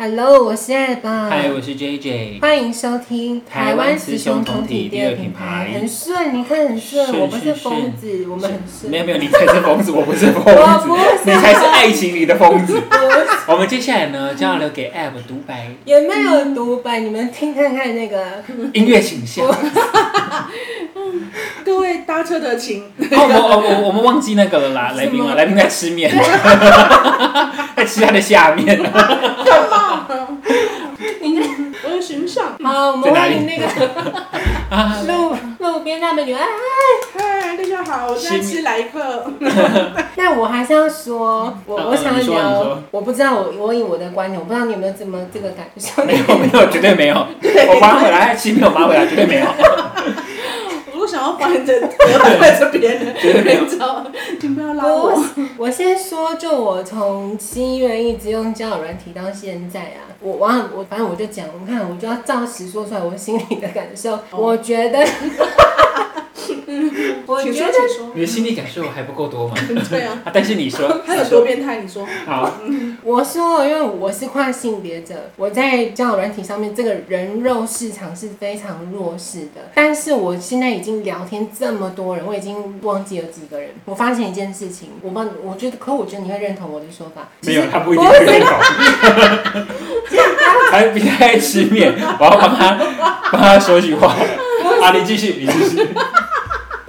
Hello，我是艾宝。嗨，我是 JJ。欢迎收听台湾雌雄同体第二品牌很顺，你看很顺，是我不是是疯子，我们很顺。没有没有，你才是疯子，我不是疯我子不，是你才是爱情里的疯子。我们接下来呢，将要留给 App 独白也没有独白，你们听看看那个。音乐倾向。哦，各位搭车 的请，我我我我们忘记那个了什么啦，来宾啊了，来宾在吃面， 在吃他的下面。啊你看，我有寻赏。 好，我们欢迎那个啊， 路路边大美女。哎，嗨，大家好，我现在吃来客。那我还是要说，我嗯我想要你说你聊说，我不知道我我以我的观点，我不知道你有没有这么这个感受。没有没有，绝对没有。我妈回来，七秒妈回来，绝 对没有。我想要还着，我还在这边了，绝对没有你知道吗你不要拉不我。是，我先说，就我从七月一直用交友软体到现在啊，我忘我反正我就讲，我看我就要照实说出来我心里的感受。 我觉得，我请觉说，得请说。你的心理感受还不够多吗？对啊，啊，但是你说，他有多变态？你说。好，我说，因为我是跨性别者，我在交友软体上面这个人肉市场是非常弱势的。但是我现在已经聊天这么多人，我已经忘记有几个人。我发现一件事情，我帮，我觉得，可我觉得你会认同我的说法，没有，他不一定会 认同。还比他爱吃面，我要帮他帮他说句话。啊，你继续，你继续。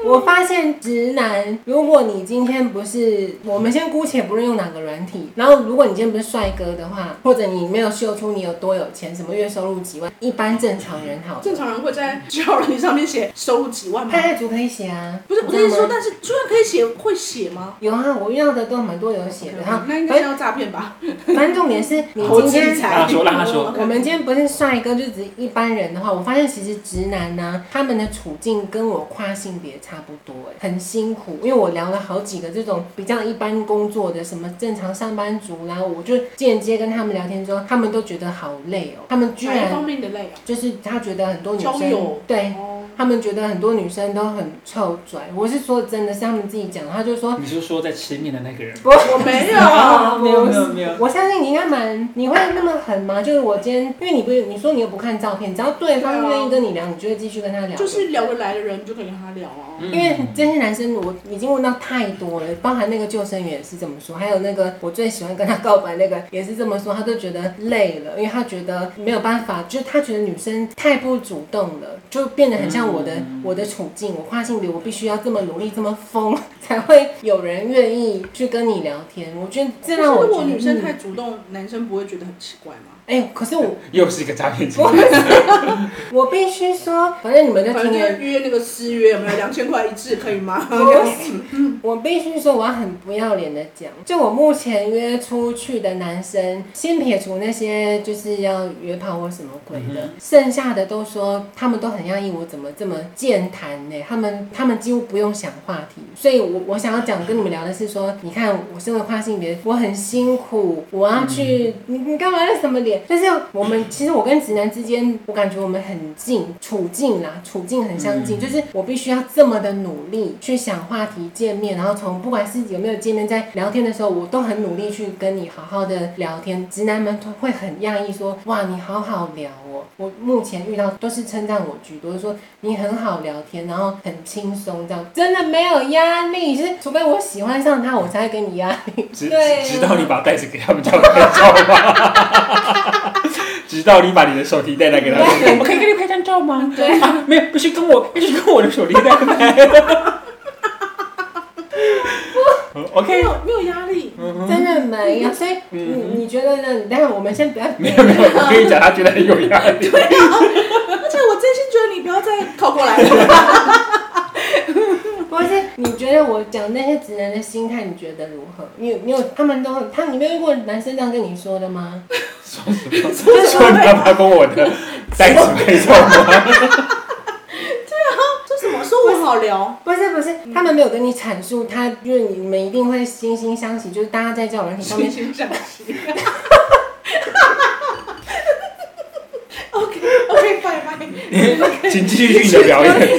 我发现直男，如果你今天不是，我们先姑且不论用哪个软体，然后如果你今天不是帅哥的话，或者你没有秀出你有多有钱，什么月收入几万，一般正常人好了，正常人会在交友软件上面写收入几万吗拍？拍族可以写啊，不是，我你知跟你道说，吗但是居然可以写，会写吗？有啊，我遇到的都蛮多有写的哈，那应该是要诈骗吧？反反正重点是你投今资天理让财。哦他说让他说我们今天不是帅哥，就只是一般人的话，我发现其实直男呢、他们的处境跟我跨性别差不多、欸，很辛苦。因为我聊了好几个这种比较一般工作的，什么正常上班族啦，我就间接跟他们聊天之后，他们都觉得好累哦、他们居哪一方然哎面的累啊？就是他觉得很多女交友生对。哦，他们觉得很多女生都很臭拽，我是说真的是他们自己讲的，他就说你是说在吃面的那个人？不，我没啊有。 没有没有没有。我相信你应该蛮，你会那么狠吗？就是我今天，因为你不是你说你又不看照片，只要对方愿意跟你聊，你就会继续跟他聊。啊就是聊得来的人，你就可以跟他聊啊。嗯因为这些男生我已经问到太多了，包含那个救生员也是这么说，还有那个我最喜欢跟他告白那个也是这么说，他都觉得累了，因为他觉得没有办法，就是他觉得女生太不主动了，就变得很像我的、嗯我的处境，我跨性别，我必须要这么努力这么疯， 才会有人愿意去跟你聊天。我觉得这让我可是如觉果得女生嗯太主动，男生不会觉得很奇怪吗？哎、可是我又是一个诈骗集团。我必须说，反正你们就反正听就了。约那个私约，有没有两千块一次可以吗？ 我必须说，我要很不要脸的讲，就我目前约出去的男生，先撇除那些就是要约炮或什么鬼的，嗯剩下的都说他们都很讶异我怎么这么健谈呢、他们他们几乎不用想话题，所以我我想要讲跟你们聊的是说，你看我身为跨性别，我很辛苦，我要去，你你干嘛那什么脸？但是我们其实我跟直男之间，我感觉我们很近，处境啦，处境很相近，嗯就是我必须要这么的努力去想话题见面，然后从不管是有没有见面，在聊天的时候，我都很努力去跟你好好的聊天。直男们都会很讶异说，哇，你好好聊哦。我目前遇到都是称赞我居多，说你很好聊天，然后很轻松，这样真的没有压力，就是除非我喜欢上他，我才会给你压力。直对啊直到你把袋子给他们叫拍照 吗？直到你把你的手提袋带给他们，我可以跟你拍张照吗？对啊，没有，不是跟我，一直跟我的手提 袋 拍。没哦 OK，有没有压力，真的没有，所以你你觉得呢？但是我们先不要没有没有，我跟你讲，他觉得很有压力。而且我真心觉得你不要再靠 过来了。不是，你觉得我讲那些直男的心态，你觉得如何？你有你有他们都很他，你没有遇过男生这样跟你说的吗？说什么？ 说你爸爸跟我的袋子拍照吗？说什么？说我好聊，不是不是，他们没有跟你阐述他，就是你们一定会惺惺相惜，就是大家在交友软体上惺面，惺相 惜。OK OK，拜拜。请继续你的表演。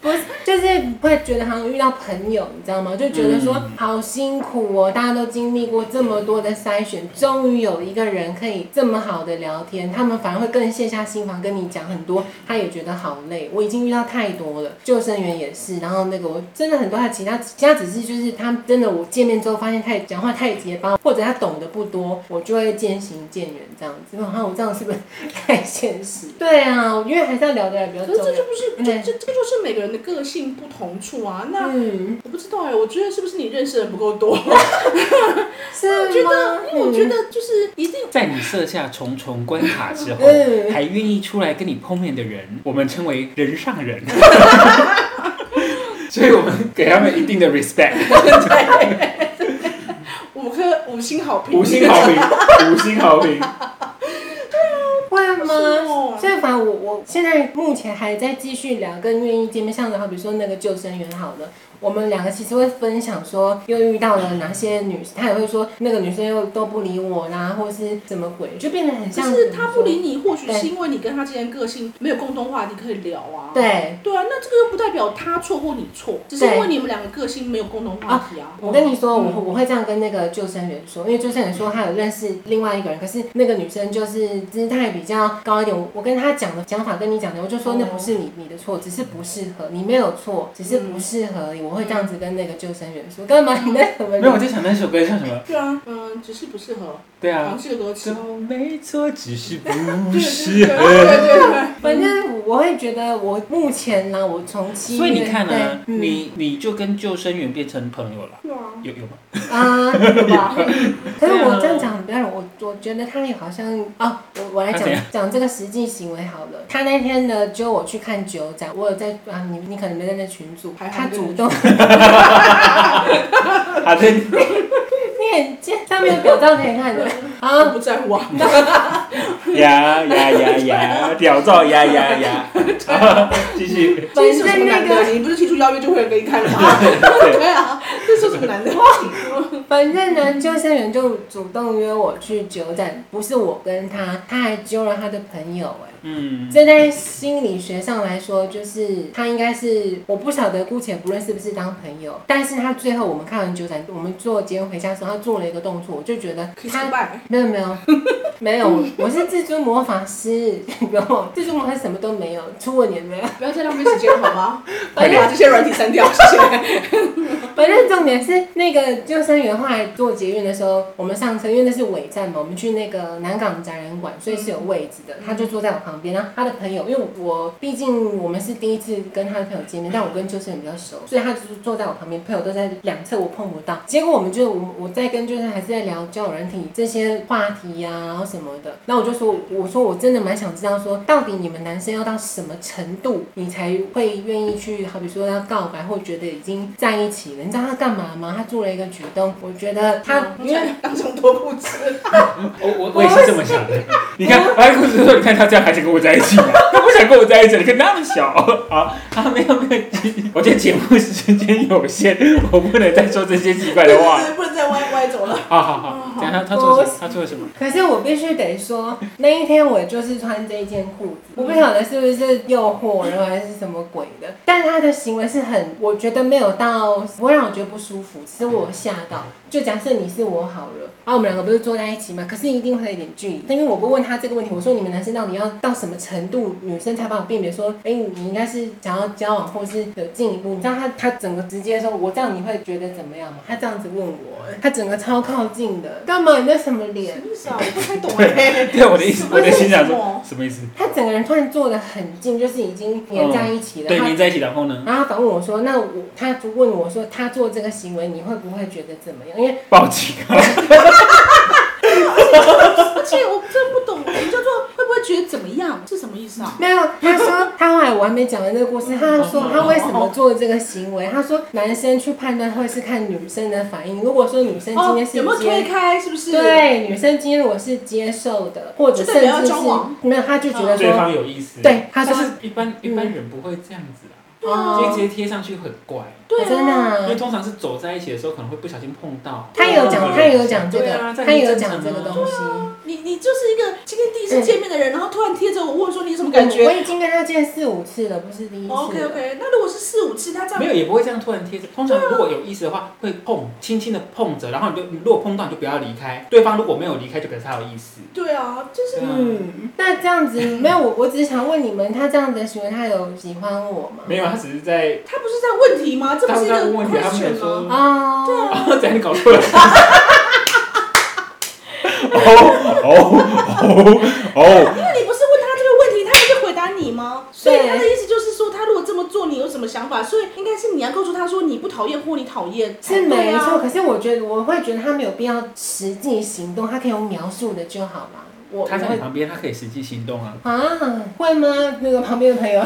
不是就是会觉得好像遇到朋友，你知道吗？就觉得说、好辛苦哦，大家都经历过这么多的筛选，终于有一个人可以这么好的聊天，他们反而会更卸下心防跟你讲很多，他也觉得好累。我已经遇到太多了，救生员也是，然后那个我真的很多，他其他其他只是就是他真的我见面之后发现他也讲话太结巴，或者他懂得不多，我就会渐行渐远这样子。然后我这样是不是太现实？对啊，我因为还是要聊得来比较可重是这要就。不是，对这这这个就是每个人的个性不同处啊。那嗯，我不知道哎、我觉得是不是你认识的人不够多？是吗？觉得，因为我觉得就是一定 在你设下重重关 卡之后，嗯还愿意出来跟你碰面的人，我们称为人上人。 所以我们给他们一定的 respect，五颗五星好评，五星好评，五星好评。会是吗哦？所以反正我我现在目前还在继续聊跟愿意见面，像然后比如说那个救生员好了。我们两个其实会分享说又遇到了哪些女，她也会说那个女生又都不理我啦，或是怎么鬼，就变得很就像。是他不理，你，或许对是因为你跟他之间个性没有共同话题可以聊啊。。对，对啊，那这个又不代表他错或你错，只是因为你们两个个性没有共同话题啊。我跟你嗯说，我我会这样跟那个救生员说，因为救生员说他有认识另外一个人，可是那个女生就是姿态比较高一点。我我跟他讲的讲法跟你讲的，我就说哦那不是你你的错，只是不适合，你没有错，只是不适合而已。我会这样子跟那个救生员说，干嘛你那什么 嗯没有，我在想那首歌叫什么？对啊，嗯，只是不适合，对啊尝，试多次。都没错，只是对不对适 对合。对对反正我我会觉得我目前呢，我从七月所以你看对嗯啊，你你就跟救生员变成朋友了，对啊，有有吗？啊， 有吧？可是对啊我这样讲，不要我我觉得他也好像哦，我我来他讲怎样讲这个实际行为好了。他那天呢，就我去看酒展，我有在啊，你你可能没在那群组，还好他没在那主动，啊对，你很贱，上面有表照可以看的我啊。不在乎啊。 呀呀呀呀，屌照呀呀呀，好继续。反这是有什正么那难个的？你不是提出邀约就会有人给你 看吗？对啊，这是有什么难的？反正呢，救生员就主动约我去酒展，不是我跟他，他还揪了他的朋友哎、嗯，这在心理学上来说，就是他应该是我不晓得，姑且不论是不是当朋友，但是他最后我们看完九展，我们坐捷运回家的时候，他做了一个动作，我就觉得可以失他败。 没有没有没有，我我是蜘蛛魔法师，没有蜘蛛魔法师什么都没有，初吻也没有， 不要再浪费时间了好吗？快快点点把这些软体删掉，谢谢。反正重点是那个救生员后来坐捷运的时候，我们上车，因为那是尾站嘛，我们去那个南港展览馆，所以是有位置的。他就坐在我旁边，然后他的朋友，因为我毕竟我们是第一次跟他的朋友见面，但我跟救生员比较熟，所以他就是坐在我旁边，朋友都在两侧，我碰不到。结果我们就我我在跟救生员还是在聊交友软体这些话题呀、然后什么的。那我就说，我说我真的蛮想知道说，到底你们男生要到什么程度，你才会愿意去，好比说要告白或觉得已经在一起了？你知道他干嘛吗？他做了一个举动，我觉得嗯他因为。当中多固执， 我我我也是这么想的。 你看，白裤子说，你看他这样还想跟我在一起吗？他不想跟我在一起，你看那么小啊啊！没有没有， 我觉得节目时间有限，我不能再说这些奇哎怪的 话。不能再歪歪走 了。好好哦好，等一下他做了什么？他做了什么？可是我必须得说，那一天我就是穿这一件裤子，我不晓得是不是诱惑，然后还是什么鬼的。但他的行为是很，我觉得没有到不会让我觉得不舒服，只是我吓到。就假设你是我好了，啊，我们两个不是坐在一起嘛，可是一定会有一点距离。但因为我不问他这个问题，我说你们男生到底要到什么程度，女生才把我辨别说，哎、你应该是想要交往或是有进一步。你知道他他整个直接说，我这样你会觉得怎么样吗？他这样子问我、哎他整个超靠近的，干嘛？你那什么脸？意思啊？我不太懂对哎。对，我的意思什，么我的心想什说么什么意思？他整个人突然坐得很近，就是已经粘在一起了。嗯对，他黏在一起，然后呢？然后他反问我说：“那我他就问我说，他做这个行为，你会不会觉得怎么样？因为报警啊！ 而且我真不懂，什么叫做会不会觉得怎么样？是什么意思啊？没有，他说他后来我还没讲完这个故事，他说他为什么做这个行为？他说男生去判断会是看女生的反应。如果说女生今哦天，是有没有推接。开？是不是？。对，女生今天我是接受的，或者就甚代表要至是交往没有，他就觉得对说，方有意思。对，他但说是一般一般人不会这样子啊，对啊就直接贴上去很怪，对哦真的啊。啊因为通常是走在一起的时候可能会不小心碰到。他有讲，他有讲这啊对个，啊他有讲这个东西。你你你就是一个今天第一次见面的人，然后突然贴着我问说你什么感我觉已经跟他见四五次了，不是第一次了。 ？OK OK，那如果是四五次，他这没样有，也不会这样突然贴着。通常如果有意思的话，会碰，轻轻的碰着，然后你就你如果碰到你就不要离开。对方如果没有离开，就表示他有意思。对啊，就是对啊嗯，那这样子没有我，我只是想问你们，他这样的行为，他有喜欢我吗？没有，他只是在他不是在问题吗？这不他是一们个在问题，他们想 question 说吗？啊、嗯对啊， 啊，这样你搞错了。哦哦哦哦！因为你不是问他这个问题，他还是回答你吗？所以他的意思就是说，他如果这么做，你有什么想法？所以应该是你要告诉他说，你不讨厌或你讨厌，是没对错。啊。可是我觉得我会觉得他没有必要实际行动，他可以用描述的就好啦。我我他在你会旁边，他可以实际行动啊。啊，会吗？那个旁边的朋 友。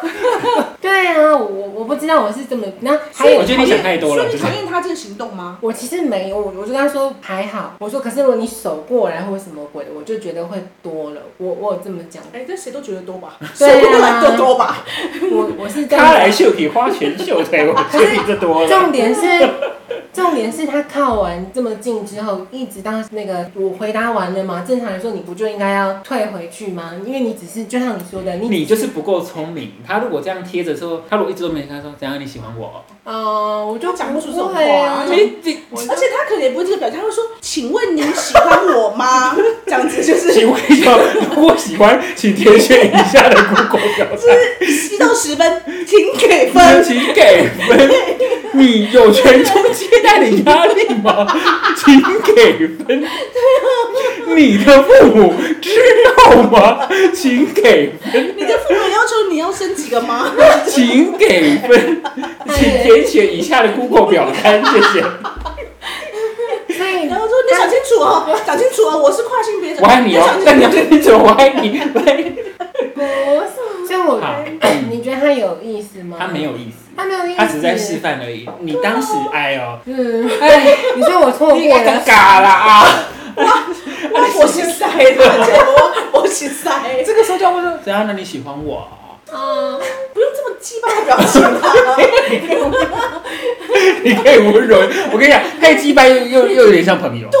对啊，我我不知道我是怎么。那还有我觉得你想太多了所以你就是讨厌他这个行动吗？我其实没有，我我就跟他说还好。我说可是如果你手过来或者什么鬼的，我就觉得会多了。我我有这么讲，哎，这谁都觉得多吧？对啊谁不来都多吧？我我是这样他来秀体花拳绣腿，我觉得你这多了。重点是， 重点是他靠完这么近之后，一直到那个我回答完了嘛，正常来说你不就应该要退回去吗？因为你只是就像你说的，你你就是不够聪明。他如果这样贴着说，他如果一直都没跟他说，怎样你喜欢我？呃，我就讲不出这种话会啊而且你你我就而且他可能也不会这个表情，他会说：“请问您喜欢我吗？” 这样子就是请问一下，如果喜欢，请填选以下的 Google 表单，一到十分，请给分。请给分。你有权中接待的压力吗？ 请给分。你的父母知道吗？请给分，你的父母要求你要生几个吗？请给分，请填写以下的 Google 表单，谢谢。所以然后说你想清楚哎哦，想清楚哦，我是跨性别者，我爱你 想哦，清楚但你要跟你走，我爱你。我爱你不是，所以我好 你觉得他有意思吗？他没，有意思，他没有意思，他只是在示。范而已。你当时爱哦，嗯， 哎。你说我错你过也尴了，尬啦啊！我我心塞 了，我我心塞，这个时候就要问说，怎样让你喜欢我？啊，不用这么鸡巴的表情啊！ 你可以温柔，我跟你讲，太鸡掰又又又有点像朋友。对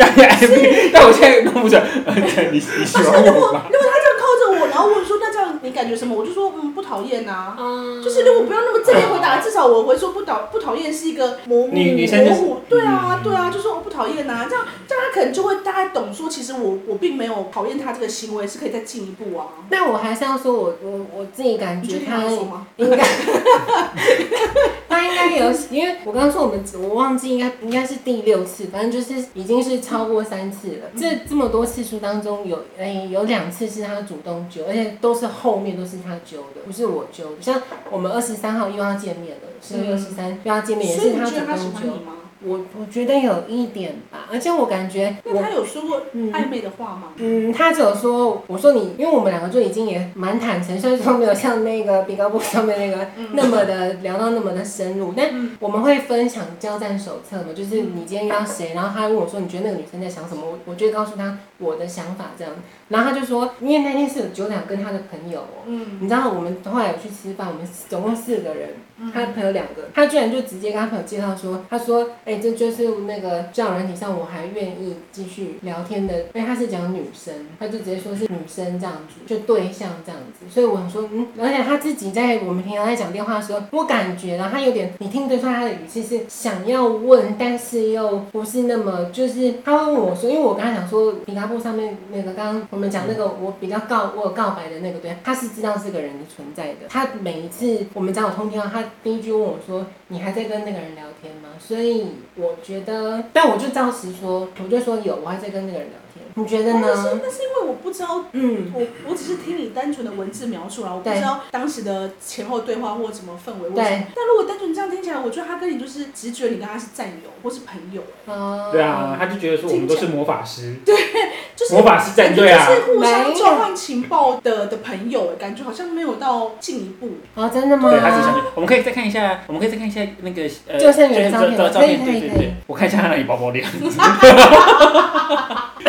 啊，让你 但我现在弄不准，呃你你喜如欢果我如果 吗？他这样靠着我，然后问说那这样你感觉什么？我就说嗯不讨厌呐。嗯就是如果不要那么正面回答，至少我会说不讨不讨厌是一个模糊女女生就是模糊，对啊嗯对啊，就说我不讨厌呐，这样这样他可能就会大概懂说，其实我我并没有讨厌他这个行为，是可以再进一步啊。那我还是要说我，我我自己感你觉觉得他他说吗？ 应该，他应该有，因为我刚刚说我们我忘记应该应该是第六次，反正就是已经是超过三次了。这嗯这么多次数当中有，哎有两次是他主动揪，而且都是后面都是他揪的，不是我揪的。像我们二十三号又要见面了，十月二十三又要见面，也嗯所以是你他觉主得他喜动欢揪你。吗？我我觉得有一点吧，而且我感觉那我他有说过嗯暧昧的话吗？嗯，他只有说，我说你，因为我们两个就已经也蛮坦诚，虽然说没有像那个比高布上面那个那么的聊到那么的深入，但嗯我们会分享交战手册嘛，就是你今天遇到谁，然后他还问我说你觉得那个女生在想什么，我我就会告诉他我的想法这样，然后他就说，因为那天是有九两跟他的朋友、哦，嗯你知道我们后来有去吃饭，我们总共四个人，嗯他的朋友两个，他居然就直接跟他朋友介绍说，他说，哎、这就是那个交友软体上我还愿意继续聊天的，因为他是讲女生，他就直接说是女生这样子，就对象这样子，所以我想说，嗯，而且他自己在我们平常在讲电话的时候，我感觉呢，他有点，你听得出来他的语气是想要问，但是又不是那么，就是他会问我说，因为我刚才讲说皮卡布上面那个刚刚我们讲那个我比较告我有告白的那个对象，他是知道这个人的存在的，他每一次我们找我通电话，他第一句问我说你还在跟那个人聊天吗？所以我觉得，但我就照实说，我就说有，我还在跟那个人聊天，你觉得但是呢？那是因为我不知道，嗯，我我只是听你单纯的文字描述啦，我不对知道当时的前后对话或什么氛围。或对什么。但如果单纯这样听起来，我觉得他跟你就是直觉，你跟他是战友或是朋友，啊对啊，，他就觉得说我们都是魔法师，就是魔法师战队啊感觉就是互没有相交换情报的的朋友，感觉好像没有到进一步。哦，真的吗？对，他只想去。我们可以再看一下，我们可以再看一下那个呃，救生员的照片救生员的照片，可以可对以对 可以对，我看一下他哪里包包脸。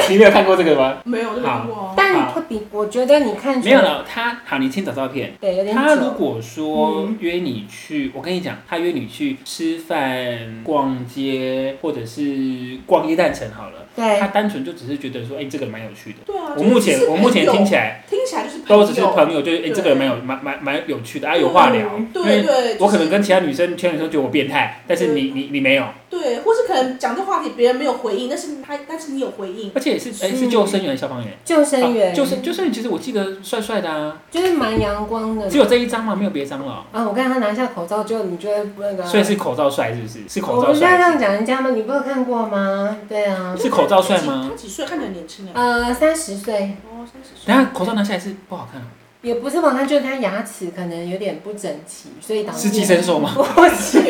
你没有看过这个吗？没有，这个听过啊。但会比我觉得你看出没有，了，他好，你先找照片。对，有点他如久。果说嗯约你去，我跟你讲，他约你去吃饭、逛街，或者是逛夜诞城好了，对哎他单纯就只是觉得说，哎、这个人蛮有趣的。对啊，我目前就是我目前朋友听起来听起来就是朋友都只是朋友，就是哎、对这个人蛮有蛮蛮蛮有趣的，啊，有话聊。嗯因为对对，我可能就是跟其他女生，其他女生觉得我变态，但是你你你没有，对，或是可能讲这话题别人没有回应，但是他但是你有回应，而且是哎、是救生员、消防员，救生员、啊救生救生员，其实我记得帅帅的啊，就是蛮阳光的只。有这一张嘛，没有别张了啊，我看他拿下口罩之后，你觉得那啊哦，个？所以是口罩帅是不是？是口我罩哦不是要这帅，样讲人家吗？你不是看过吗？对啊，是口罩帅吗他？几岁？看起来年轻哎。呃，三十岁哦，三十岁等一。下口罩拿下来是不好看啊，也不是吧，他就是他牙齿可能有点不整齐，所以导致是寄生兽吗？不是，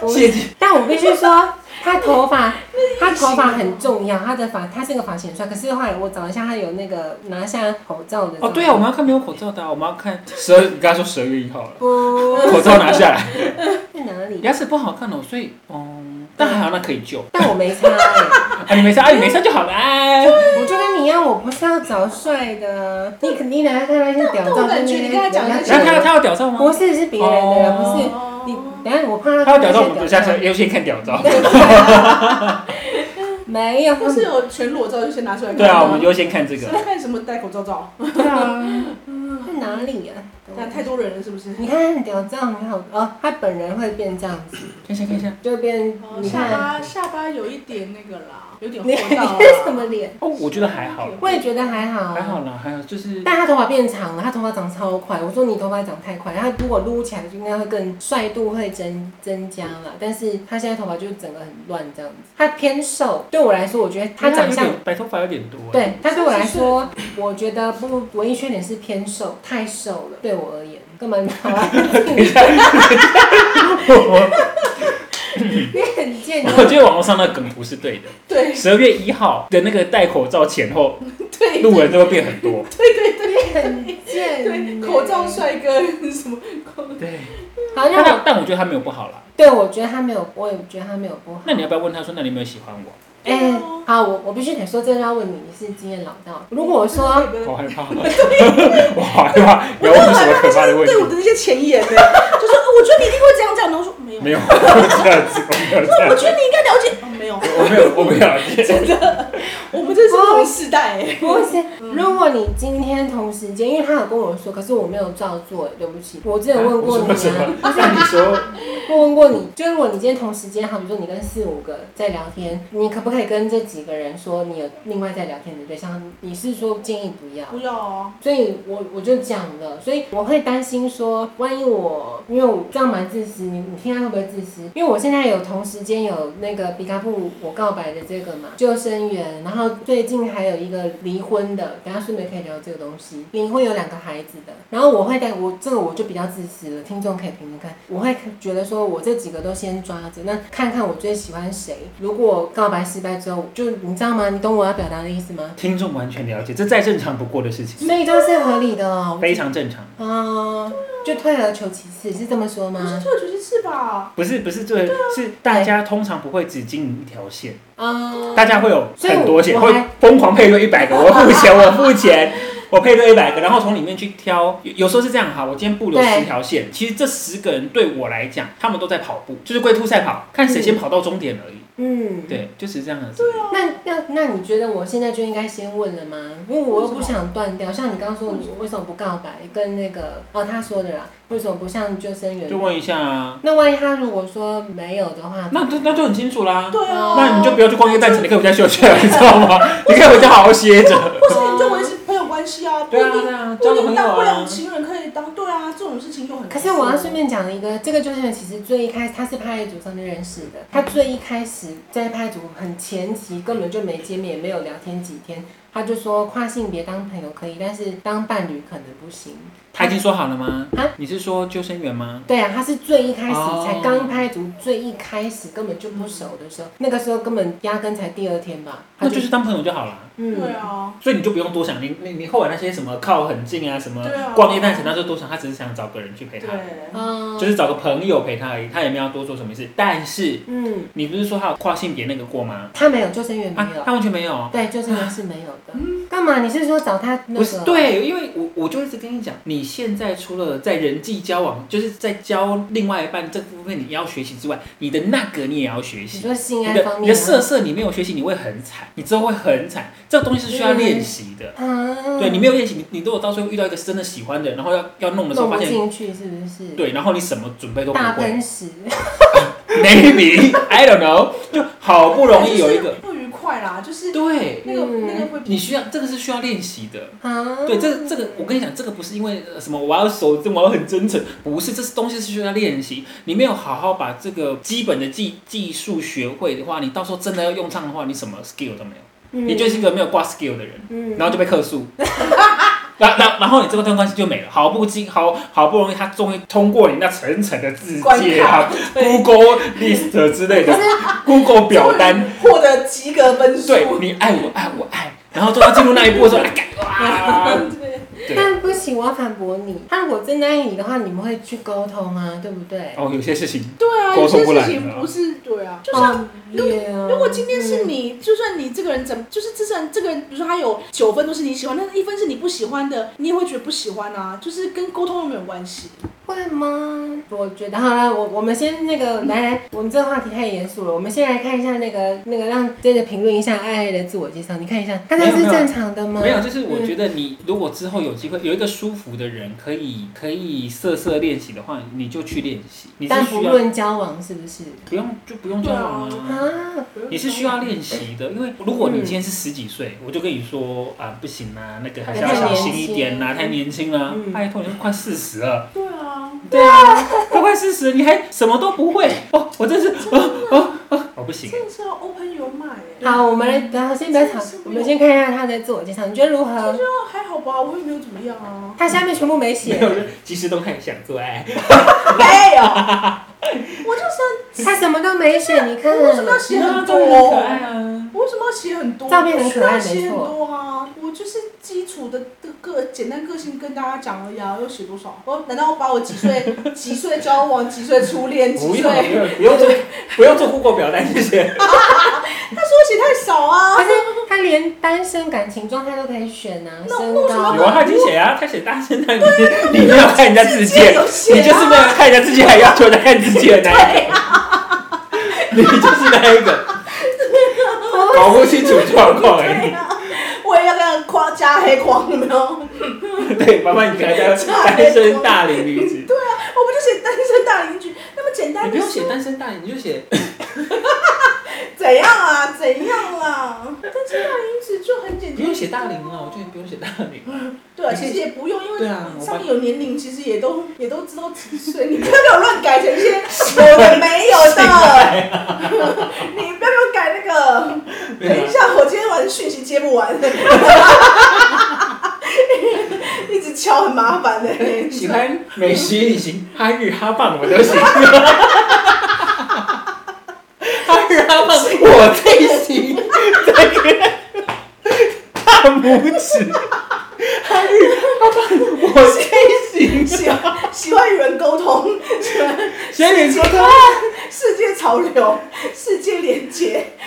不 是谢谢。但我必须说，他头 发，他头发很重要，他的发，他是个发型帅。可是后来我找一下，他有那个拿下口罩的。哦，对啊，我们要看没有口罩的啊，我们要看十二，你刚才说十二月一号了，不口罩拿下来，在哪里？牙齿不好看哦，所以嗯，但还好那可以救，但我没 差、欸，啊你没事啊你没事就好了，哎我就跟你一样，我不是要找帅的，你肯定拿看那些屌照但我感觉你跟他讲的然后他他他有屌照吗？不是是别人的，哦不是哦你。等一下我怕他有他看屌照，那些屌我们就下次优先看屌照。 没有，要是有全裸照就先拿出来看。对啊，我们优先看这是个。在看什么戴口罩照？对啊，在哪里啊？那太多人了是不是？你看他屌照很好哦，他本人会变这样子，看一下看一下。就变哦你下看巴下巴有一点那个啦，有 点你厚道啊你是什么脸？哦，我觉得还好，我也觉得还好，还。好啦，还好，就是嗯但他头发变长了，他头发长超快。我说你头发长太快，他如果撸起来就应该会更帅度会增增加了。但是他现在头发就整个很乱这样子，他偏瘦。对我来说，我觉得他长因为有相点白头发有点多。，啊对他对我来说，我觉得不唯一缺点是偏瘦，太瘦了。对我而言，干嘛拿 来？等一下，我你很 贱，我觉得网络上那个梗不是对的。对十二月一号的那个戴口罩前后，对路人就会变很多。你很贱。对，口罩。帅哥什么？对，好，但那我他但我觉得他没有不好啦。对我觉得他没有，我也觉得他没有不好。那你要不要问他说，那你有没有喜欢我？哎、好，我我必须得说，这个要问你，你是经验老道。如果我说， 我害怕， 我好害怕，你要问什么可怕的问对我题？的那些前言呢，就说呃我觉得你一定会这样这样，然后说没有，没有，我没有这样子，我没有这我样觉子，得你应该了解，哦没有，我没有，我没有了解。我们这是不同世代哎，不是，如果你今天同时间，因为他有跟我说，可是我没有照做，对不起，我之前有问过你啊什么啊，什么那你说，我问过你，就如果你今天同时间，好比说你跟四五个在聊天，你可不可以跟这几个人说你有另外在聊天的对象？你是说建议不要？不要啊，所以我我就讲了，所以我会担心说，万一我因为我这样蛮自私，你你听他会不会自私？因为我现在有同时间有那个比卡布我告白的这个嘛，救生员，然后最近还有一个离婚的，等下顺便可以聊这个东西，离婚有两个孩子的，然后我会带我这个我就比较自私了，听众可以评论看，我会觉得说我这几个都先抓着，那看看我最喜欢谁，如果告白失败之后，就你知道吗？你懂我要表达的意思吗？听众完全了解，这再正常不过的事情，所以都是合理的哦，非常正常。哦，就退而求其次，是这么说不是吗？退出去是吧？不是不是这，啊是大家通常不会只经营一条线，哦，大家会有很多线，所以我会疯狂配对一百个，我付钱，我 付钱，我配对一百个，然后从里面去挑。有有时候是这样哈，我今天布了对十条线，其实这十个人对我来讲，他们都在跑步，就是龟兔赛跑，看谁先跑到终点而已。嗯，。对，就是这样子。对啊，那那那你觉得我现在就应该先问了吗？因为我又不想断掉，像你刚刚说你为什么不告白，跟那个哦他说的啦，为什么不像救生员就？问一下啊，那万一他如果说没有的话，那那那就很清楚啦。对啊，那你就不要去逛夜蛋城，你可以回家休息了， 你知道吗？你可以回家好好歇着。或是你就维持朋友关系啊，不对啊，一定对啊，不交一个朋定友当不了啊。情人可以当对啊，这种事情就很。可是我要顺便讲一个，这个就是其实最一开始他是派组上面认识的，他最一开始在派组很前期根本就没见面，也没有聊天几天，他他就说跨性别当朋友可以，但是当伴侣可能不行。他已经说好了吗啊？你是说救生员吗？对啊，他是最一开始哦才刚拍组，最一开始根本就不熟的时候，那个时候根本压根才第二天吧，他那就是当朋友就好了。对嗯，啊，所以你就不用多想，你你你后来那些什么靠很近啊，什么对啊逛夜店城，那就多想，他只是想找个人去陪对他，，嗯，就是找个朋友陪他而已，他也没有要多做什么事。但是嗯，你不是说他有跨性别那个过吗？他没有救生员啊没有，，他完全没有。对，救生员是没有的。干嘛？你是说找他那不是个？对，因为我我就一直跟你讲，你现在除了在人际交往，就是在交另外一半这部分你要学习之外，你的那个你也要学你习。说性你爱的方啊你面的吗？色色你没有学习，你会很惨，你之后会很惨。这个东西是需要练习的。啊，对你没有练习，你你如果到时候遇到一个真的喜欢的人，然后要要弄的时候弄发不现，进去是不是？，对，然后你什么准备都不嗯大会奔石， ，maybe I don't know，就好不容易有一 就是个，不愉快啦，就是对那个嗯那个会你需要这个是需要练习的。啊，对，这这个我跟你讲，这个不是因为呃什么我要守贞，我要很真诚，不是，这是东西是需要练习。你没有好好把这个基本的技技术学会的话，你到时候真的要用上的话，你什么 skill 都没有，嗯你就是一个没有挂 skill 的人，嗯然后就被客诉。然然然后你这段关系就没了，好不经好好不容易他终于通过你那层层的字关界卡啊，Google list 之类的，Google 表单，获得及格分数，对你爱我爱我爱，然后都要进入那一步的时候，啊干哇，对对。但不行，我要反驳你。他如果真的爱你的话，你们会去沟通啊，对不对？哦，有些事情对啊，有沟些通不来事情的不是对啊，就像。哦耶啊如果今天是你，就算你这个人怎么，就是至少这个人，比如说他有九分都是你喜欢，但是一分是你不喜欢的，你也会觉得不喜欢啊，就是跟沟通有没有关系？会吗？我觉得好了，我我们先那个来来，我们这个话题太严肃了，我们先来看一下那个那个让接着评论一下爱爱的自我介绍，你看一下，刚才没有是没有正常的吗？没有，就是我觉得你如果之后有机会有一个舒服的人，可以可以色色练习的话，你就去练习，你是但需不要论交往是不是不用就不用交往啊。啊？嗯你是需要练习的，因为如果你今天是十几岁，我就跟你说啊，不行啊，那个还是要小心一点呐、太太年轻了、嗯拜托，你都快四十了，对啊，对啊，都快四十，你还什么都不会哦，我真是哦哦啊哦，我不行，真的是要 open your mind 欸。好，我们来，然嗯后先不要吵，我们先看一下他的自我介绍，你觉得如我何觉？得还好吧，我也没有怎么样啊。他下面全部没写没，有人其实都很想做爱，哎没有， 我就是他什么都没写，你看我为什么 要写那很都很可多？爱啊。我为什么要写很多？照片很可爱我需要写很多啊，我就是基础的的个简单个性跟大家讲而已啊，要写多少？我难道我把我几 岁几岁交往、几岁初恋、不几用不岁？用不用做不用做 Google 表单这些，他说我写太少啊可，是他连单身感情状态都可以选啊，那身那为什么高有啊，他已经写啊，他写大声啊，你你没有看人家自荐，有写啊啊你就是没有看人家自荐，还要求人家看自己的那一个， 你就是那一个，搞不清啊楚状况而已。 我也要跟他夸加黑框，有没有？我对，麻烦你给他叫啊单身大龄女子，不就写单身大邻居那么简你单不的用事写单身大龄，你就写怎样啊？怎样啊？单身大邻居就很简单，不用写大龄啊，我觉得你不用写大龄啊。对，你可其以实也不用，因为对啊我上帮面有年龄，其实也都也都知道几岁。你不 要给我乱改成一些有的没有的，你不要给我改那个。对啊等一下，我今天晚上讯息接不完， 一直敲很麻烦的。喜欢美食旅行，哈日哈棒我都行。哈日哈棒我最行，这个大拇指。哈日哈棒我最行，喜欢喜欢与人沟通，喜欢先你说他 世界潮流，世界连接。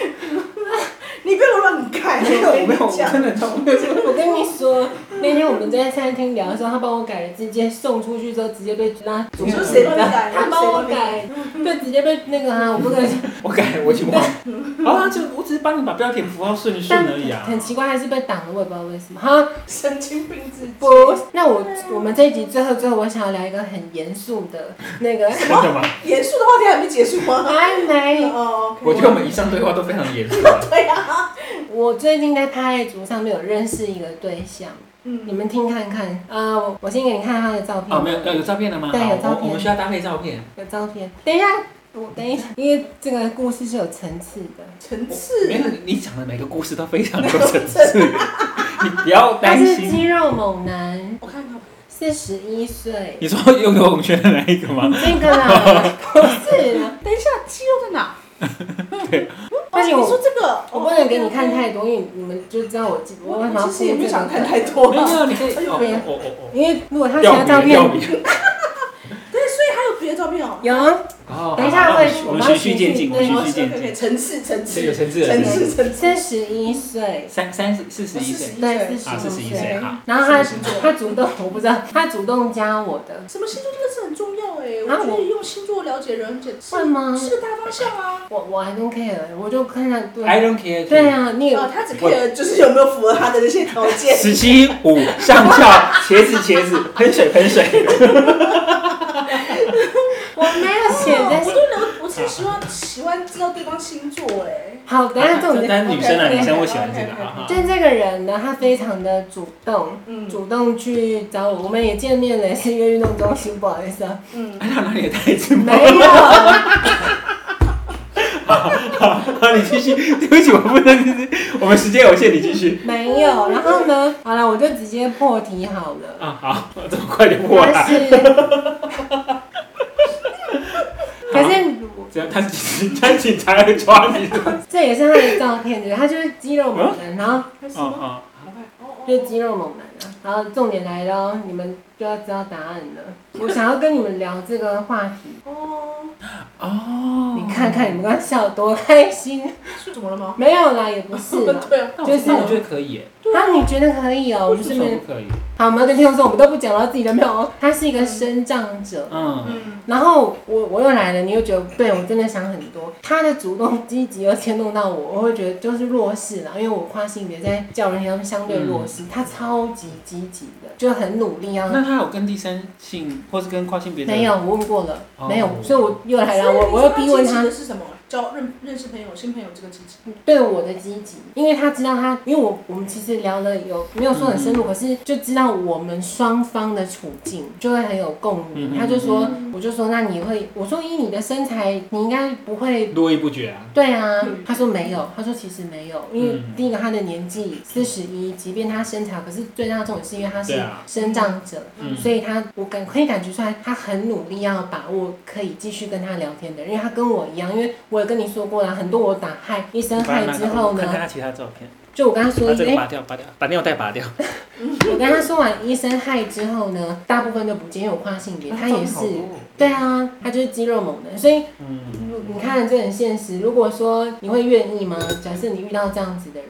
你不要乱改，没有我没有，跟我你讲真。的从没有说。我跟你说，那天我们在餐厅聊的时候，他帮我改了字，直接送出去之后直接被拉主你持说人谁帮你改他帮我改，对，直接被那个啊，我不能，我改，我已经忘了。好啊，就我只是帮你把标点符号顺顺但而 已啊。很奇怪，还是被挡了，我也不知道为什么。哈，神经病自己。不，那我我们这一集最后最后，我想要聊一个很严肃的那个，真的吗？严肃的话题还没结束 吗？还没，哦，哎我觉得我们以上对话都非常严肃啊。对啊，我最近在拍组上面有认识一个对象，你嗯，们听看看。啊，我我先给你看他的照片。哦，没有，呃有照片了吗？对有好照片我我们需要搭配照片。有照片。等一下，我等一下，因为这个故事是有层次的。层没有次，， 你讲的每个故事都非常有层次，你不要他担是心。肌肉猛男，我看看，四十一岁，你说用游泳圈的那一个吗？这个 啦，不是啦，等一下，肌肉在哪？对哦，但是你我说这个，我不能给你哦看。太多，因为你们就知道我记，我为什么要我铺其实也这没想看个？太多没有没啊。有，你可以。哦对哦哦哦因为如果他其哦，钓他照鱼片钓鱼。对，所以还有别的照片哦。有，啊哦，等一下好会那我我们们循要循序渐序进，我对们循序对渐对，进。哦层次层这个次层次层层的是次次层次。四十一岁。三三十四十一岁，对，啊四十41岁岁好。然后他是不是他主动，我不知道，他主动加我的，什么星座这个是很重要哎、我啊觉得我用星座了解人很简会吗单，是个大方向啊。我我还 don't care，我就看看 I 对。 don't care。对啊，你也哦，他只 care 就是有没有符合他的那些条 件。十七五上翘，茄子茄子，喷水喷水。我没有写哦在我都能，我才喜欢喜欢知道对方星座哎、好，等一下重点。但是女生啊， OK，OK，女生会喜欢这个啊。就是这个人呢，他非常的主动，嗯主动去找我，我们也见面了，也是约运动中心，不好意思 啊，嗯，哎呀，那也太直白没有，了。 你继续，对不起，我不能，我们时间有限，你继续。没有。然后呢，好了，我就直接破题好了。啊，好，这么快就过他了。是，可是 这样，他他警察会抓你。这也是他的照片，对，他就是肌肉猛男，然后开始嗯吗？嗯，好快哦哦就是肌肉猛男啊。然后重点来了，你们就要知道答案了。我想要跟你们聊这个话题，哦，哦你看看你们刚刚笑多开心，是怎么了吗？。没有啦，也不是 啦 对啊，就是那我觉得可以耶，啊，你觉得可以哦、我们这为什么边不可以？好，我们要跟听众说，我们都不讲到自己的没有哦。他是一个生长者，嗯，嗯，然后我我又来了，你又觉得对我真的想很多。他的主动积极又牵动到我，我会觉得就是弱势啦，因为我跨性别在教人他们相对嗯弱势，他超级积极的，就很努力啊。那他有跟第三性或是跟跨性别的没有，我问过了，哦没有，所以我又来了，所以我你我说又他逼问积极他的是什么？交认认识朋友、新朋友这个积极。对我的积极，因为他知道他，因为我我们其实聊了有没有说很嗯深入，可是就知道我们双方的处境，就会很有共鸣。嗯他就说嗯，我就说那你会，我说以你的身材，你应该不会。络绎不绝啊？对啊嗯，他说没有，他说其实没有，因为嗯第一个他的年纪四十一，即便他身材，可是最大的重点是因为他对是啊生长者，嗯所以他我感可以感觉出来，他很努力要把握可以继续跟他聊天的人，因为他跟我一样，因为我也跟你说过了，很多我打嗨一声嗨之后看看呢，他其他照片，就我跟他说把一这声，个哎、拔掉，拔掉，把尿袋拔掉。我跟他说完一声嗨之后呢，大部分都不见，因为我跨性别，他也是，哦对啊，他就是肌肉猛男，所以嗯，你看这很现实。如果说你会愿意吗？假设你遇到这样子的人，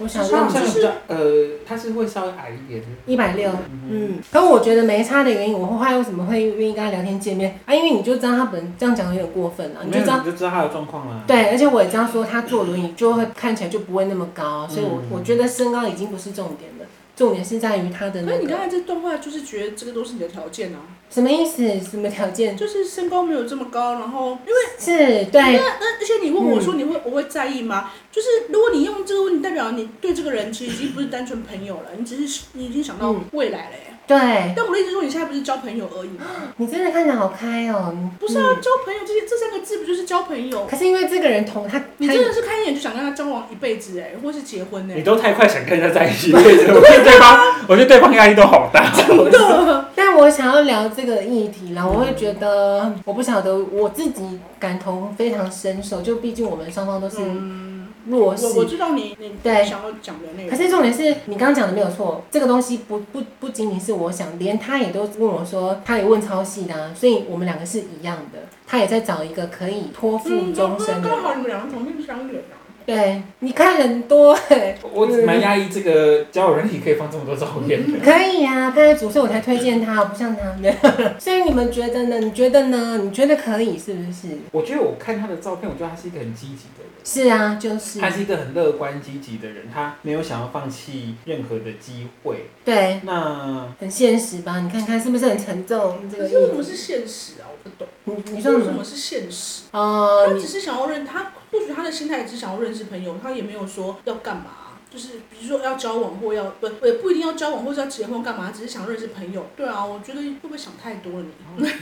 我想啊他好让像你比较呃，他是会稍微矮一点的。一百六，嗯，可我觉得没差的原因，我后来为什么会愿意跟他聊天见面啊？因为你就知道他本这样讲有点过分啊了，你没就有知道嗯你就知道他的状况了。对，而且我也知道说他坐轮椅就会看起来就不会那么高，所以我、嗯我觉得身高已经不是重点了，重点是在于他的可那是你刚个才这段话就是觉得这个都是你的条件啊，什么意思？什么条件？就是身高没有这么高，然后因为是对，那那而且你问我嗯说你会、我会在意吗？就是如果你用这个问题，代表你对这个人其实已经不是单纯朋友了，你只是你已经想到嗯未来了、耶。对但我的意思是说，你现在不是交朋友而已吗？你真的看起来好开哦、嗯不是啊，交朋友这些这三个字不就是交朋友？可是因为这个人同他你他真的是看一眼就想跟他交往一辈子哎、或是结婚哎、 你都太快想跟人家在一 起，对着我觉得对方，我觉得对方压力都好大。嗯但我想要聊这个议题啦，我会觉得嗯我不晓得我自己感同非常深受，就毕竟我们双方都是嗯，弱势。我我知道你你对想要讲的那可个，是重点是你刚刚讲的没有错，这个东西不不不仅仅是我想，连他也都问我说，他也问超细的、啊，所以我们两个是一样的。他也在找一个可以托付嗯，终刚身的刚人。好你们两个同病相怜啊。对，你看很多、欸，我蛮压抑，这个交友软体可以放这么多照片的。可以啊，刚才主持我才推荐他，不像他们。 所以你们觉得呢？你觉得呢？你觉得可以是不是？我觉得我看他的照片，我觉得他是一个很积极的人，是啊，就是他是一个很乐观积极的人，他没有想要放弃任何的机会。对， 那很现实吧？你看看是不是很沉重？这可个是为什意么思是现实啊？我不懂。你你说为什什么么？是现实？哦、他你只是想要认他，或许他的心态只是想要认识朋友，他也没有说要干嘛，就是比如说要交往或要不不也不一定要交往或是要结婚干嘛，只是想认识朋友。对啊，我觉得会不会想太多了你？就好。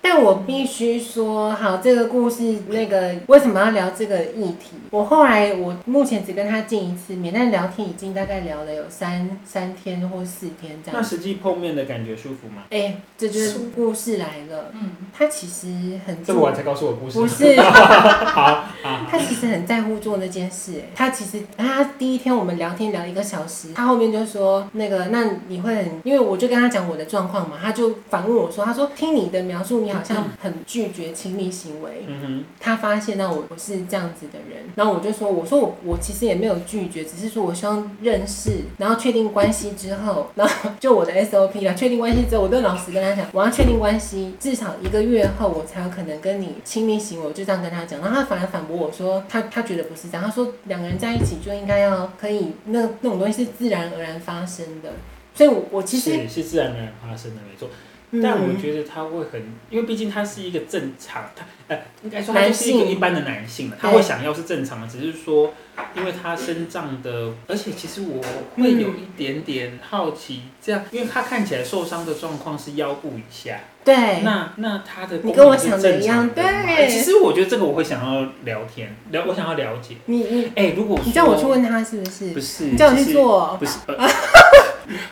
但我必须说，好，这个故事那个为什么要聊这个议题？我后来我目前只跟他见一次面，但聊天已经大概聊了有三三天或四天这那样。实际碰面的感觉舒服吗？哎、这就是故事来了。嗯，他其实很这么晚才告诉我故事不吗，是， 好啊，他其实很在乎做那件事。哎他其实他第一天我们聊天聊一个小时，他后面就说那个，那你会很，因为我就跟他讲我的状况嘛，他就反问我说，他说听你的描述，你好像很拒绝亲密行为。嗯他发现到我我是这样子的人，然后我就说，我说我我其实也没有拒绝，只是说我希望认识，然后确定关系之后， 然后就我的 SOP 啦，确定关系之后，我都老实跟他讲，我要确定关系，至少一个月后我才有可能跟你亲密行为，我就这样跟他讲，然后他反而反驳我说，他他觉得不是这样，他说两个人在一起就应该要可以，那那种东西是自然而然发生的，嗯所以我我哼，其实，是是自然而然发生的，没错。嗯但我觉得他会很，因为毕竟他是一个正常，他呃，应该说他就是一男个性一般的男性了，对他会想要是正常的，只是说，因为他身上的，而且其实我会有一点点好奇，这样，因为他看起来受伤的状况是腰部以下，对，那那他的你跟我功能想是的一正常样，的吗对，其实我觉得这个我会想要聊天，了我想要了解，你你哎，如果你叫我去说问他是不是？不是，你叫我去就是做哦。不是，呃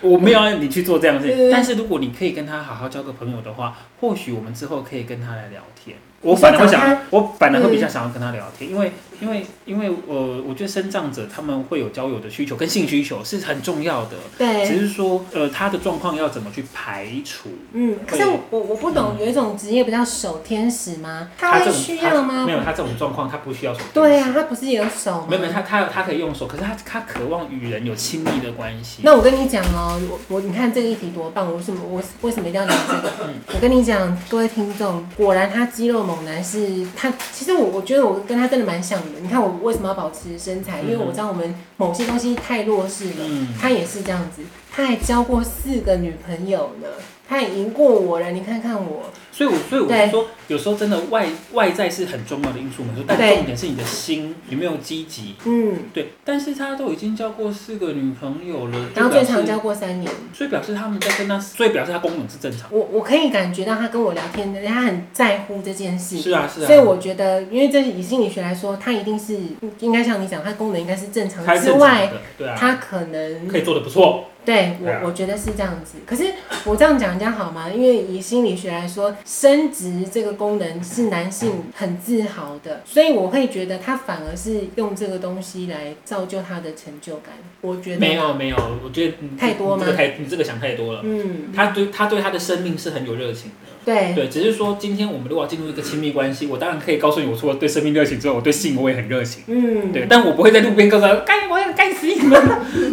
我没有让你去做这样的事对对情。对但是如果你可以跟他好好交个朋友的话，或许我们之后可以跟他来聊天。我反而会你说找想，我反而会比嗯较想要跟他聊天，因为因为因为呃，我觉得生长者他们会有交友的需求跟性需求是很重要的，只对，是说呃他的状况要怎么去排除。嗯，可是会我我不懂，有一种职业不叫守天使吗？嗯他他这会种需他要吗没？有，他这种状况他不需要手。对啊，，他不是也有手吗？没有没有，他他有他可以用手，可是他他渴望与人有亲密的关系。那我跟你讲哦，我我你看这个议题多棒，我为什么我为什么一定要聊这个？嗯我跟你讲，各位听众，果然他肌肉猛男是他。其实我我觉得我跟他真的蛮像的。你看我为什么要保持身材？因为我知道我们某些东西太弱势了，嗯他也是这样子。他还交过四个女朋友呢，他也赢过我了。你看看我，所以我，所以我对就说，有时候真的外外在是很重要的因素没错，但对重点是你的心有没有积极。嗯，对，但是他都已经交过四个女朋友了，然后最就表示长交，过三年。所以表示他们在跟他，所以表示他功能是正常。我我可以感觉到他跟我聊天的，他很在乎这件事。是啊，是啊。所以我觉得，因为这以心理学来说，他一定是应该像你讲，他功能应该是正常他是之正常外，的，对啊，他可能可以做的不错。对对啊我我觉得是这样子。可是我这样讲人家好吗？因为以心理学来说，生殖这个功能是男性很自豪的，所以我会觉得他反而是用这个东西来造就他的成就感。我觉得没，有没有，我觉得你太多你吗这个太你这个想太多了。嗯，他对他对他的生命是很有热情的。对，对，只是说今天我们如果要进入一个亲密关系，我当然可以告诉你，我除了对生命热情之外，我对性我也很热情。嗯，对，，但我不会在路边告诉他干，我要干死你 们。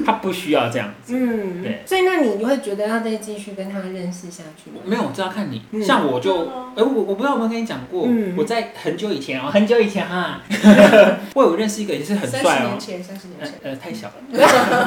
他不需要这样子，嗯，对所以那你会觉得要再继续跟他认识下去 吗？没有，这要看你。嗯像我就，嗯哎、我我不知道有没有跟你讲过，嗯我在很久以前啊、 很久以前啊，我有认识一个也是很三帅十哦年、前，三十年呃前，呃，太小了。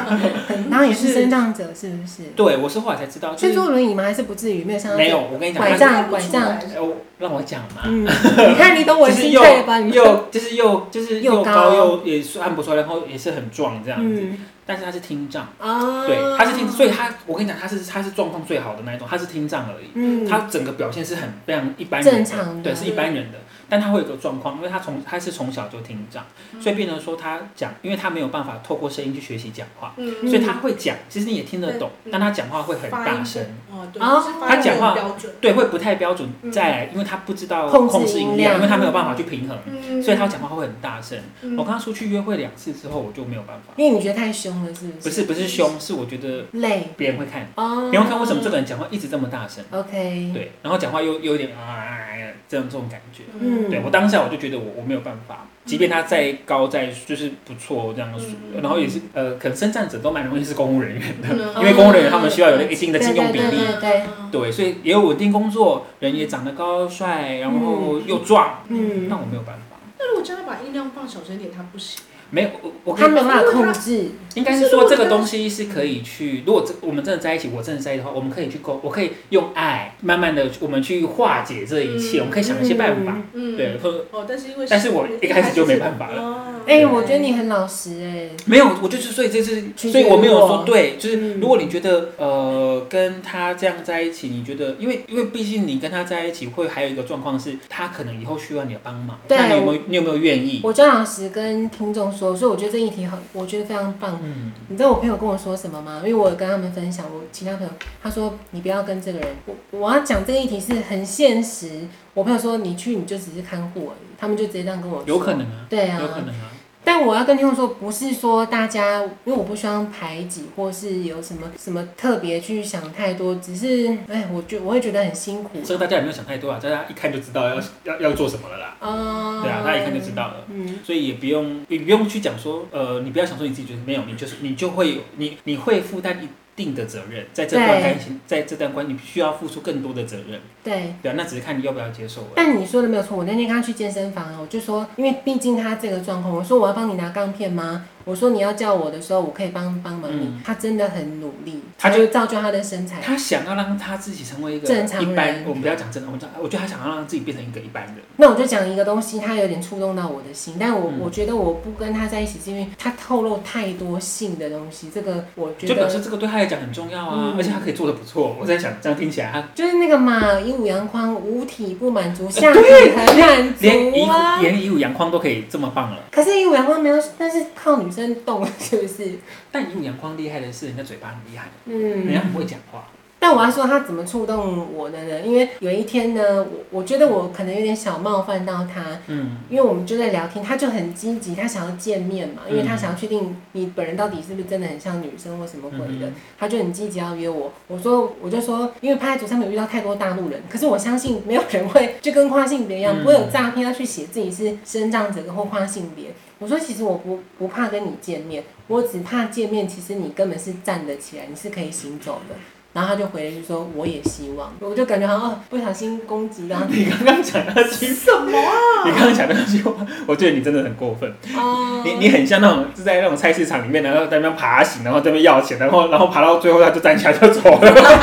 然后也是生障者，是不是？对，我是后来才知道，就先是坐轮椅吗？还是不至于没有上到没有，？我跟你讲，拐他是杖，拐杖。哎我让我讲嘛。 嗯，你看你懂我就的是心又态了吧？你们又就是又就是又又高高又也算不出来，然后也是很壮这样子，嗯但是他是听障，啊对，他是听，所以他我跟你讲，他是他是状况最好的那一种，他是听障而已。嗯他整个表现是很非常一般人的正常的对，是一般人的。但他会有一个状况，因为他从他是从小就听障，嗯所以变成说他讲，因为他没有办法透过声音去学习讲话，嗯，所以他会讲，其实你也听得懂嗯，但他讲话会很大声，哦，对，哦就是发音他讲话很标准，对，会不太标准。嗯再来，因为他不知道控制控制音音量量，因为他没有办法去平衡，嗯所以他讲话会很大声。嗯我跟他出去约会两次之后，我就没有办法，因为你觉得太凶了，是不是？不是不是凶，是我觉得累别人会看，哦。别人会看为什么这个人讲话一直这么大声， OK，对，然后讲话又又有点啊这样这种感觉。嗯，对我当下我就觉得我我没有办法，即便他再高再就是不错这样说，嗯然后也是呃，可能生战者都蛮容易是公务人员的，嗯因为公务人员他们需要有一定的哦对信用比对例，对对，对，所以也有稳定工作，人也长得高帅，然后又壮，嗯那我没有办法。那如果叫他把音量放小声一点，他不行。没有，我我他跟没有办法因为控他制，应该是说这个东西是可以去，如果这我们真的在一起，我真的在一起的话，我们可以去沟，我可以用爱慢慢的我们去化解这一切，嗯我们可以想一些办法，嗯，对，或者哦，但是因为但是我一开始就没办法了了哎、我觉得你很老实哎、没有，我就是所以这是，其实所以我没有如说果对，就是嗯如果你觉得呃跟他这样在一起，你觉得因为因为毕竟你跟他在一起会还有一个状况是，他可能以后需要你的帮忙，对那你有没有你有没有愿意？我就老实跟听众说，所以我觉得这一题很，我觉得非常棒。嗯，你知道我朋友跟我说什么吗？因为我有跟他们分享，我其他朋友他说你不要跟这个人，我我要讲这个议题是很现实。我朋友说你去你就只是看护而已，他们就直接这样跟我说。有可。能啊，对有可啊，能啊，但我要跟听众说，不是说大家，因为我不希望排挤或是有什么什么特别去想太多，只是哎，我觉我会觉得很辛苦。这个大家也没有想太多啊，大家一看就知道要要要做什么了啦，嗯，对啊，他一看就知道了。嗯，所以也不用，你不用去讲说，呃，你不要想说你自己觉得没有，你就是你就会有你你会负担一定的责任，在这段对感情，在这段关系，你需要付出更多的责任，对。对啊，那只是看你要不要接受而已。但你说的没有错，我那天跟他去健身房啊，我就说，因为毕竟他这个状况，我说我要帮你拿钢片吗？我说你要叫我的时候，我可以帮帮忙你。嗯他真的很努力，他就才会造就他的身材。他想要让他自己成为一个正常人一般，我们不要讲正常，我们讲，我觉得他想要让自己变成一个一般人。那我就讲一个东西，他有点触动到我的心，但我、嗯我觉得我不跟他在一起，是因为他透露太多性的东西，这个我觉就表得示这个对他来讲很重要啊，嗯啊而且他可以做的不错。我在想，这样听起来他就是那个嘛，以武扬匡，五体不满足，下体很满哎连以足啊。连以武扬匡都可以这么棒了，可是以武扬匡没有，但是靠女生动 是不是？但以武扬匡厉害的是人家嘴巴很厉害，嗯，人家很会讲话。但我要说他怎么触动我的呢？因为有一天呢，我我觉得我可能有点小冒犯到他，嗯，因为我们就在聊天，他就很积极，他想要见面嘛，因为嗯他想要确定你本人到底是不是真的很像女生或什么鬼的，嗯他就很积极要约我。我说我就说，因为派出所上面有遇到太多大陆人，可是我相信没有人会就跟跨性别一样，嗯不会有诈骗要去写自己是生长者或跨性别。我说其实我不不怕跟你见面，我只怕见面，其实你根本是站得起来，你是可以行走的。然后他就回了一句说：“我也希望。”我就感觉好像、哦、不小心攻击到他。你刚刚讲那句什么啊？你刚刚讲的那句话，我觉得你真的很过分。哦 你你很像那种是在那种菜市场里面，然后在那边爬行，然后在那边要钱，然后然后爬到最后他就站起来就走了。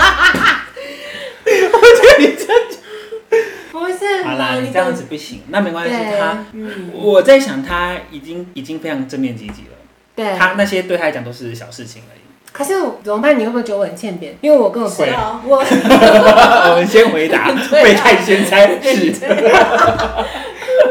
不是好啦，你这样子不行，那没关系。对，他嗯，我在想，他已经已经非常正面积极了，对。他那些对他来讲都是小事情而已。 可是我怎么办？你会不会觉得我很欠扁？因为我跟我朋会友，啊，我 我们先回答，啊被看先猜 是。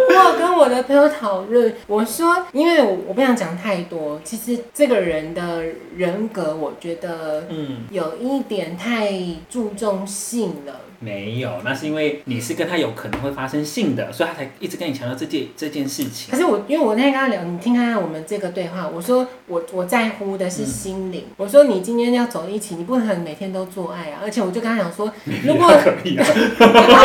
我有跟我的朋友讨论，我说，因为我我不想讲太多，其实这个人的人格，我觉得嗯，有一点太注重性了。没有，那是因为你是跟他有可能会发生性的，所以他才一直跟你强调这件这件事情可。 是我，因为我那天跟他聊，你听看看我们这个对话，我说我我在乎的是心灵，我说你今天要走一起，你不可能每天都做爱啊，而且我就跟他讲 说，如果可以啊，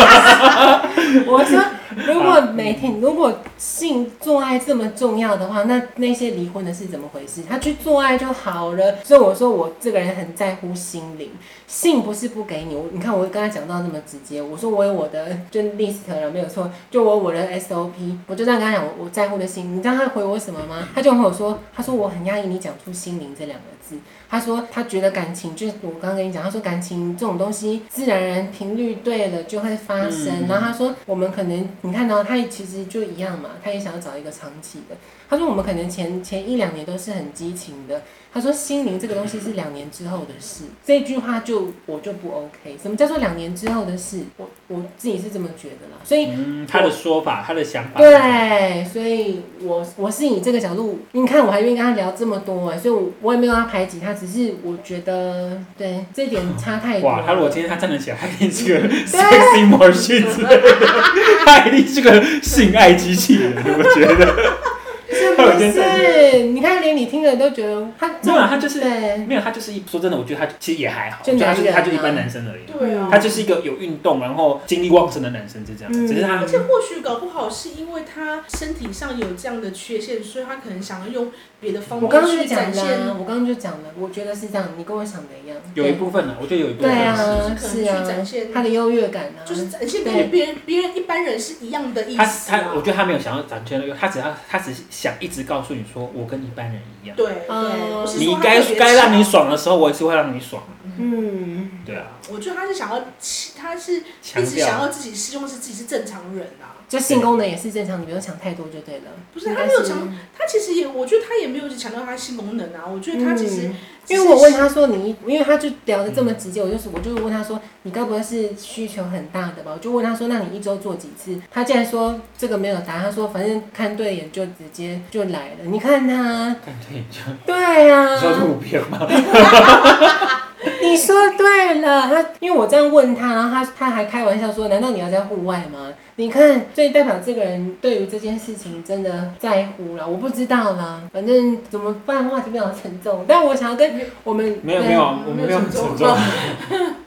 我说，如果每天如果性做爱这么重要的话，那那些离婚的是怎么回事？他去做爱就好了。所以我说我这个人很在乎心灵，性不是不给你。我你看我跟他讲到那么直接，我说我有我的就 list 了没有错，就我有我的 SOP，我就这样跟他讲我我在乎的心。你知道他回我什么吗？他就跟我说，他说我很压抑你讲出心灵这两个字。他说他觉得感情就是我刚刚跟你讲，他说感情这种东西自然而然频率对了就会发生。嗯然后他说我们可能你看到、他其实就一样嘛，他也想要找一个长期的。他说我们可能前前一两年都是很激情的，他说心灵这个东西是两年之后的事。这句话就我就不 OK。什么叫做两年之后的事？我我自己是这么觉得啦，所以。嗯，他的说法，他的想法，对，所以我我是以这个角度，你看我还愿意跟他聊这么多哎，所以我我也没有要排挤他，只是我觉得对这点差太多了。哇，他如果今天他站得起来，他一定是个对 sexy machine 之类的， 他一定是个性爱机器人，你们 觉得？是他有不今天是？你看连你听了都觉得他没有啊，他就是对，没有，他就是一说真的，我觉得他其实也还好，就就他男就是人啊他就一般男生而已，对啊，他就是一个有运动然后精力旺盛的男生，就这样。嗯只是他而且或许搞不好是因为他身体上有这样的缺陷，所以他可能想要用别的方我刚刚面就去讲展了现，啊，我刚刚就讲了，我觉得是这样，你跟我想的一样。有一部分呢，我觉得有一部对分啊，是是。就是可能去啊展现，他的优越感啊，就是展现对跟别人别人一般人是一样的意他思他，啊我。觉得他没有想要展现那个，他只要他只是想一一直告诉你说，我跟一般人一样，对对，不是你说他该特别该让你强爽的时候，我也是会让你爽。嗯，对啊，我觉得他是想要，他是强一直想调要自己希望是自己是正常人啊。就性功能也是正常，你不用想太多就对了。不是应他该没有强，他其实也，我觉得他也没有去强调他性功能啊。我觉得他其实、嗯因为我问他说你，因为他就聊得这么直接，我就是我就问他说你该不会是需求很大的吧？我就问他说那你一周做几次？他竟然说这个没有答案，他说反正看对眼就直接就来了。你看他，看电影就对啊呀、你知道这部片嗯吗？你说对了，他因为我这样问他，然后他他还开玩笑说：“难道你要在户外吗？”你看，所以代表这个人对于这件事情真的在乎了。我不知道啦，反正怎么办？话题比较沉重，但我想要跟我们没有对没有，我们没有很沉重。啊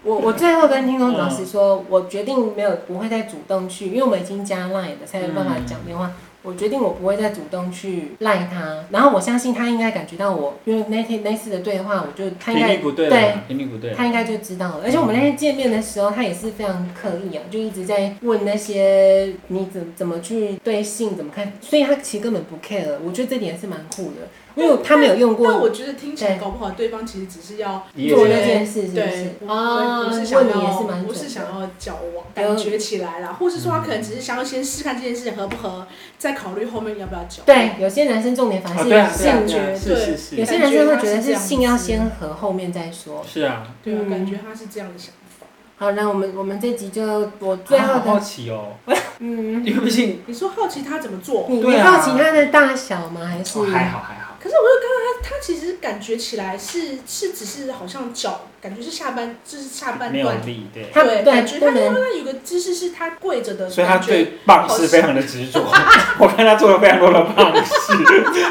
我我最后跟听众老师嗯说，我决定没有不会再主动去，因为我们已经加 line 了，才有办法讲电话。嗯我决定我不会再主动去赖他，然后我相信他应该感觉到我，因为那天那次的对话，我就他应 频该率不对对了，频率不对。嗯他应该就知道了，而且我们那天见面的时候，他也是非常刻意啊，就一直在问那些你怎怎么去对性怎么看，所以他其实根本不 care。我觉得这点是蛮酷的，因为他没有用但过我觉得听起来搞不好对方其实只是要你也做是那件事，是不是对，？啊，不问是你想也要是蛮不准是想的。要交往，有感觉起来啦，或是说他可能只是想要先试看这件事情合不合，再考虑后面要不要交往。对，有些男生重点反而啊，是对啊，对啊性，对啊觉是对是有是些男生会觉得是性要先和后面再说。是啊。对啊，嗯感觉他是这样的想法。好，那我们我们这集就我最啊后好好的奇哦，嗯，因为毕竟你说好奇他怎么做？你对你啊好奇他的大小吗？还是哦还好还好，可是我又刚刚他他其实感觉起来是是只是好像脚感觉是下半就是下半没有段力对，他对，对感觉不他能刚刚有个姿势是他跪着的，所以他感觉对棒式非常的执着。 我看他做了非常多的棒式，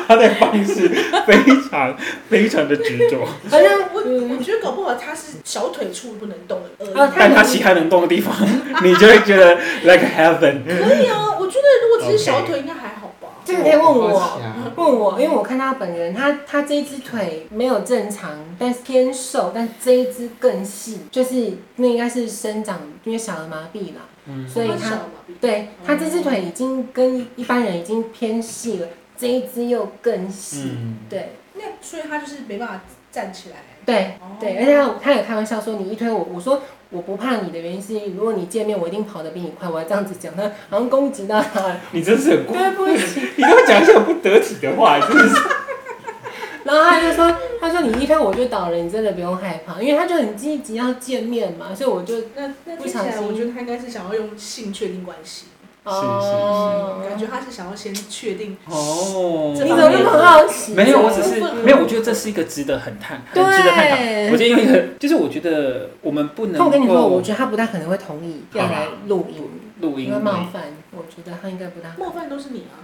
他对棒式非常非常的执着，反正我嗯我觉得搞不好他是小腿处不能动而已。啊但他其他能动的地方，你就会觉得 like heaven。可 以啊，我觉得如果只是小腿应该还好吧。这个可以问好我奇啊问我，因为我看他本人，他他这一只腿没有正常，但是偏瘦，但这一只更细，就是那应该是生长，因为小儿麻痹啦，嗯所以小他嘛，对他这只腿已经跟一般人已经偏细了，这一只又更细，嗯，对那所以他就是没办法站起来。对哦对，而且他他也开玩笑说你一推我，我说我不怕你的原因是，如果你见面我一定跑得比你快，我还这样子讲，他好像攻击到他 了，你真是很过，对不起。你都讲一些很不得体的话，真的是。然后他就说：“他说你一推我就倒了，你真的不用害怕，因为他就很积极要见面嘛，所以我就那那不听起小来，心我觉得他应该是想要用性确定关系，哦，感觉他是想要先确定。 哦你怎么那么好奇？没有，我只是这个没有，我觉得这是一个值得很探，很对值得探讨。我觉得用一个，就是我觉得我们不那我跟能你说，我够觉得他不大可能会同意好要吧来录音，录因音为，冒犯，我觉得他应该不嗯大。冒犯都是你啊，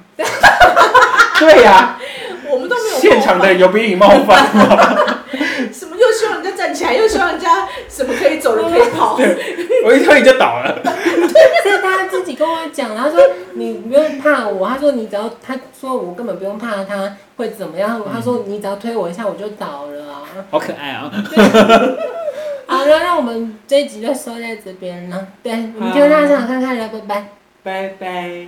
对呀，我们都没有冒犯现场的有比你冒犯吗？什么又希望人家站起来，又希望人家什么可以走人可以跑， 我一推你就倒了。是他自己跟我讲，他说你不用怕我，他说你只要他说我根本不用怕他会怎么样，他说你只要推我一下我就倒了啊。好可爱啊！好了，那我们这一集就收在这边了，对，我们听众大家想看看了，拜拜。拜拜。